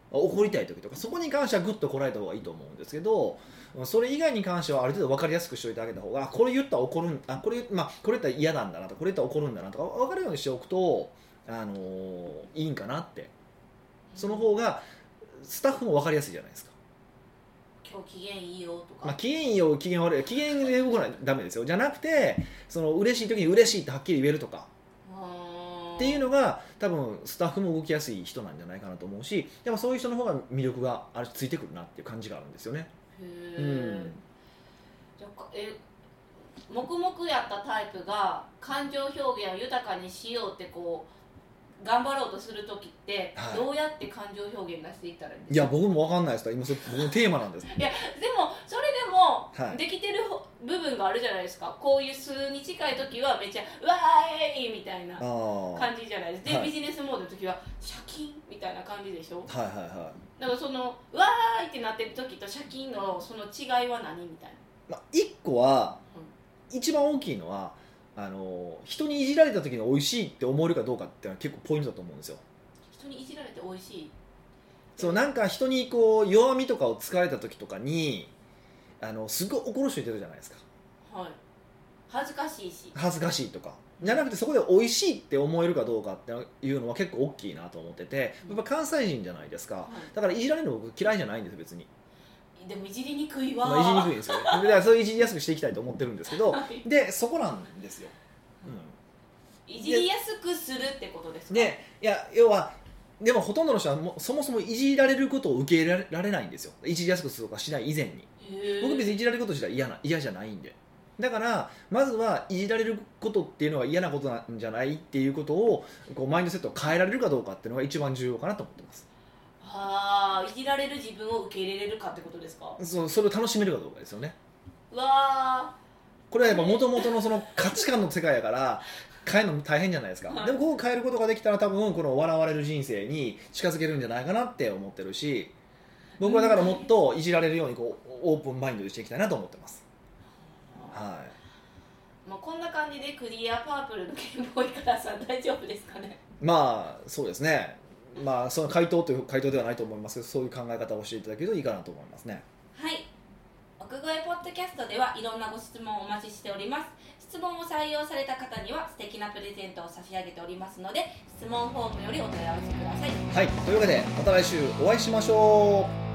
[SPEAKER 2] 怒りたい時とかそこに関してはグッとこらえた方がいいと思うんですけどそれ以外に関してはある程度分かりやすくしておいてあげた方があこれ言ったら怒るんあこれ,、まあ、これ言ったら嫌なんだなとかこれ言ったら怒るんだなとか分かるようにしておくと、あのーいいんかなってその方がスタッフも分かりやすいじゃないですか、
[SPEAKER 1] 今日機嫌いいよとか、
[SPEAKER 2] まあ、機嫌よ機嫌悪い機嫌で動くのはダメですよじゃなくてその嬉しい時に嬉しいってはっきり言えるとか
[SPEAKER 1] あー
[SPEAKER 2] っていうのが多分スタッフも動きやすい人なんじゃないかなと思うしでもそういう人の方が魅力があれついてくるなっていう感じがあるんですよね。
[SPEAKER 1] へ
[SPEAKER 2] う
[SPEAKER 1] ー
[SPEAKER 2] ん
[SPEAKER 1] じゃあかえ黙々やったタイプが感情表現を豊かにしようってこう頑張ろうとする時って、
[SPEAKER 2] はい
[SPEAKER 1] どうやって感情表現出していったらいいんで
[SPEAKER 2] い
[SPEAKER 1] すか
[SPEAKER 2] や僕も分かんないですから今それ僕のテーマなん <laughs> です
[SPEAKER 1] でもそれでも
[SPEAKER 2] はい
[SPEAKER 1] できてるほ部分があるじゃないですかこういう数に近い時はめっちゃ「わーい!」みたいな
[SPEAKER 2] ああはい
[SPEAKER 1] 感じじゃないですかで、
[SPEAKER 2] はい
[SPEAKER 1] ビジネスモードの時は「シャキン!」みたいな感じでしょ
[SPEAKER 2] はいは、
[SPEAKER 1] だからその「わーい!」ってなってる時とシャキンのその違いは何みたいない
[SPEAKER 2] まあ、1個は一番大きいのはあの人にいじられた時に美味しいって思えるかどうかっていうのは結構ポイントだと思うんですよ。
[SPEAKER 1] 人にいじられて美味しい
[SPEAKER 2] そうなんか人にこう弱みとかを突かれた時とかにあのすごい怒る人いてるじゃないですか
[SPEAKER 1] はい恥ずかしいし
[SPEAKER 2] 恥ずかしいとかじゃなくてそこで美味しいって思えるかどうかっていうのは結構大きいなと思っててやっぱ関西人じゃないですか
[SPEAKER 1] は
[SPEAKER 2] だからいじられるの僕嫌いじゃないんです別に、
[SPEAKER 1] いでもいじりにくいわ
[SPEAKER 2] まあ、いじりにくいんですよだからそれいじりやすくしていきたいと思ってるんですけど
[SPEAKER 1] はい
[SPEAKER 2] でそこなんですよ、う
[SPEAKER 1] いじりやすくするってことです
[SPEAKER 2] ん、
[SPEAKER 1] か
[SPEAKER 2] でいや要はでもほとんどの人はもうそもそもいじられることを受け入れられないんですよいじりやすくするとかしない以前に僕別にいじられること自体嫌な嫌じゃないんでだからまずはいじられることっていうのは嫌なことなんじゃないっていうことをこうマインドセットを変えられるかどうかっていうのが一番重要かなと思ってます
[SPEAKER 1] はあいじられる自分を受け入れれるかってことですか
[SPEAKER 2] そそれを楽しめるかどうかですよね
[SPEAKER 1] うわ
[SPEAKER 2] これはやっぱもともとのその価値観の世界やから変えるの大変じゃないですか、
[SPEAKER 1] はい
[SPEAKER 2] でもこう変えることができたら多分この笑われる人生に近づけるんじゃないかなって思ってるし僕はだからもっといじられるようにこうオープンマインドにしていきたいなと思ってます、
[SPEAKER 1] ー、
[SPEAKER 2] は
[SPEAKER 1] まあ、こんな感じでクリアパープルの健康いからさん大丈夫ですかね
[SPEAKER 2] い、まあそうですねまあその回答という回答ではないと思いますけどそういう考え方をしていただけるといいかなと思いますね
[SPEAKER 1] はい奥越えポッドキャストではいろんなご質問をお待ちしております質問を採用された方には素敵なプレゼントを差し上げておりますので質問フォームよりお問い合わせください
[SPEAKER 2] はいというわけでまた来週お会いしましょう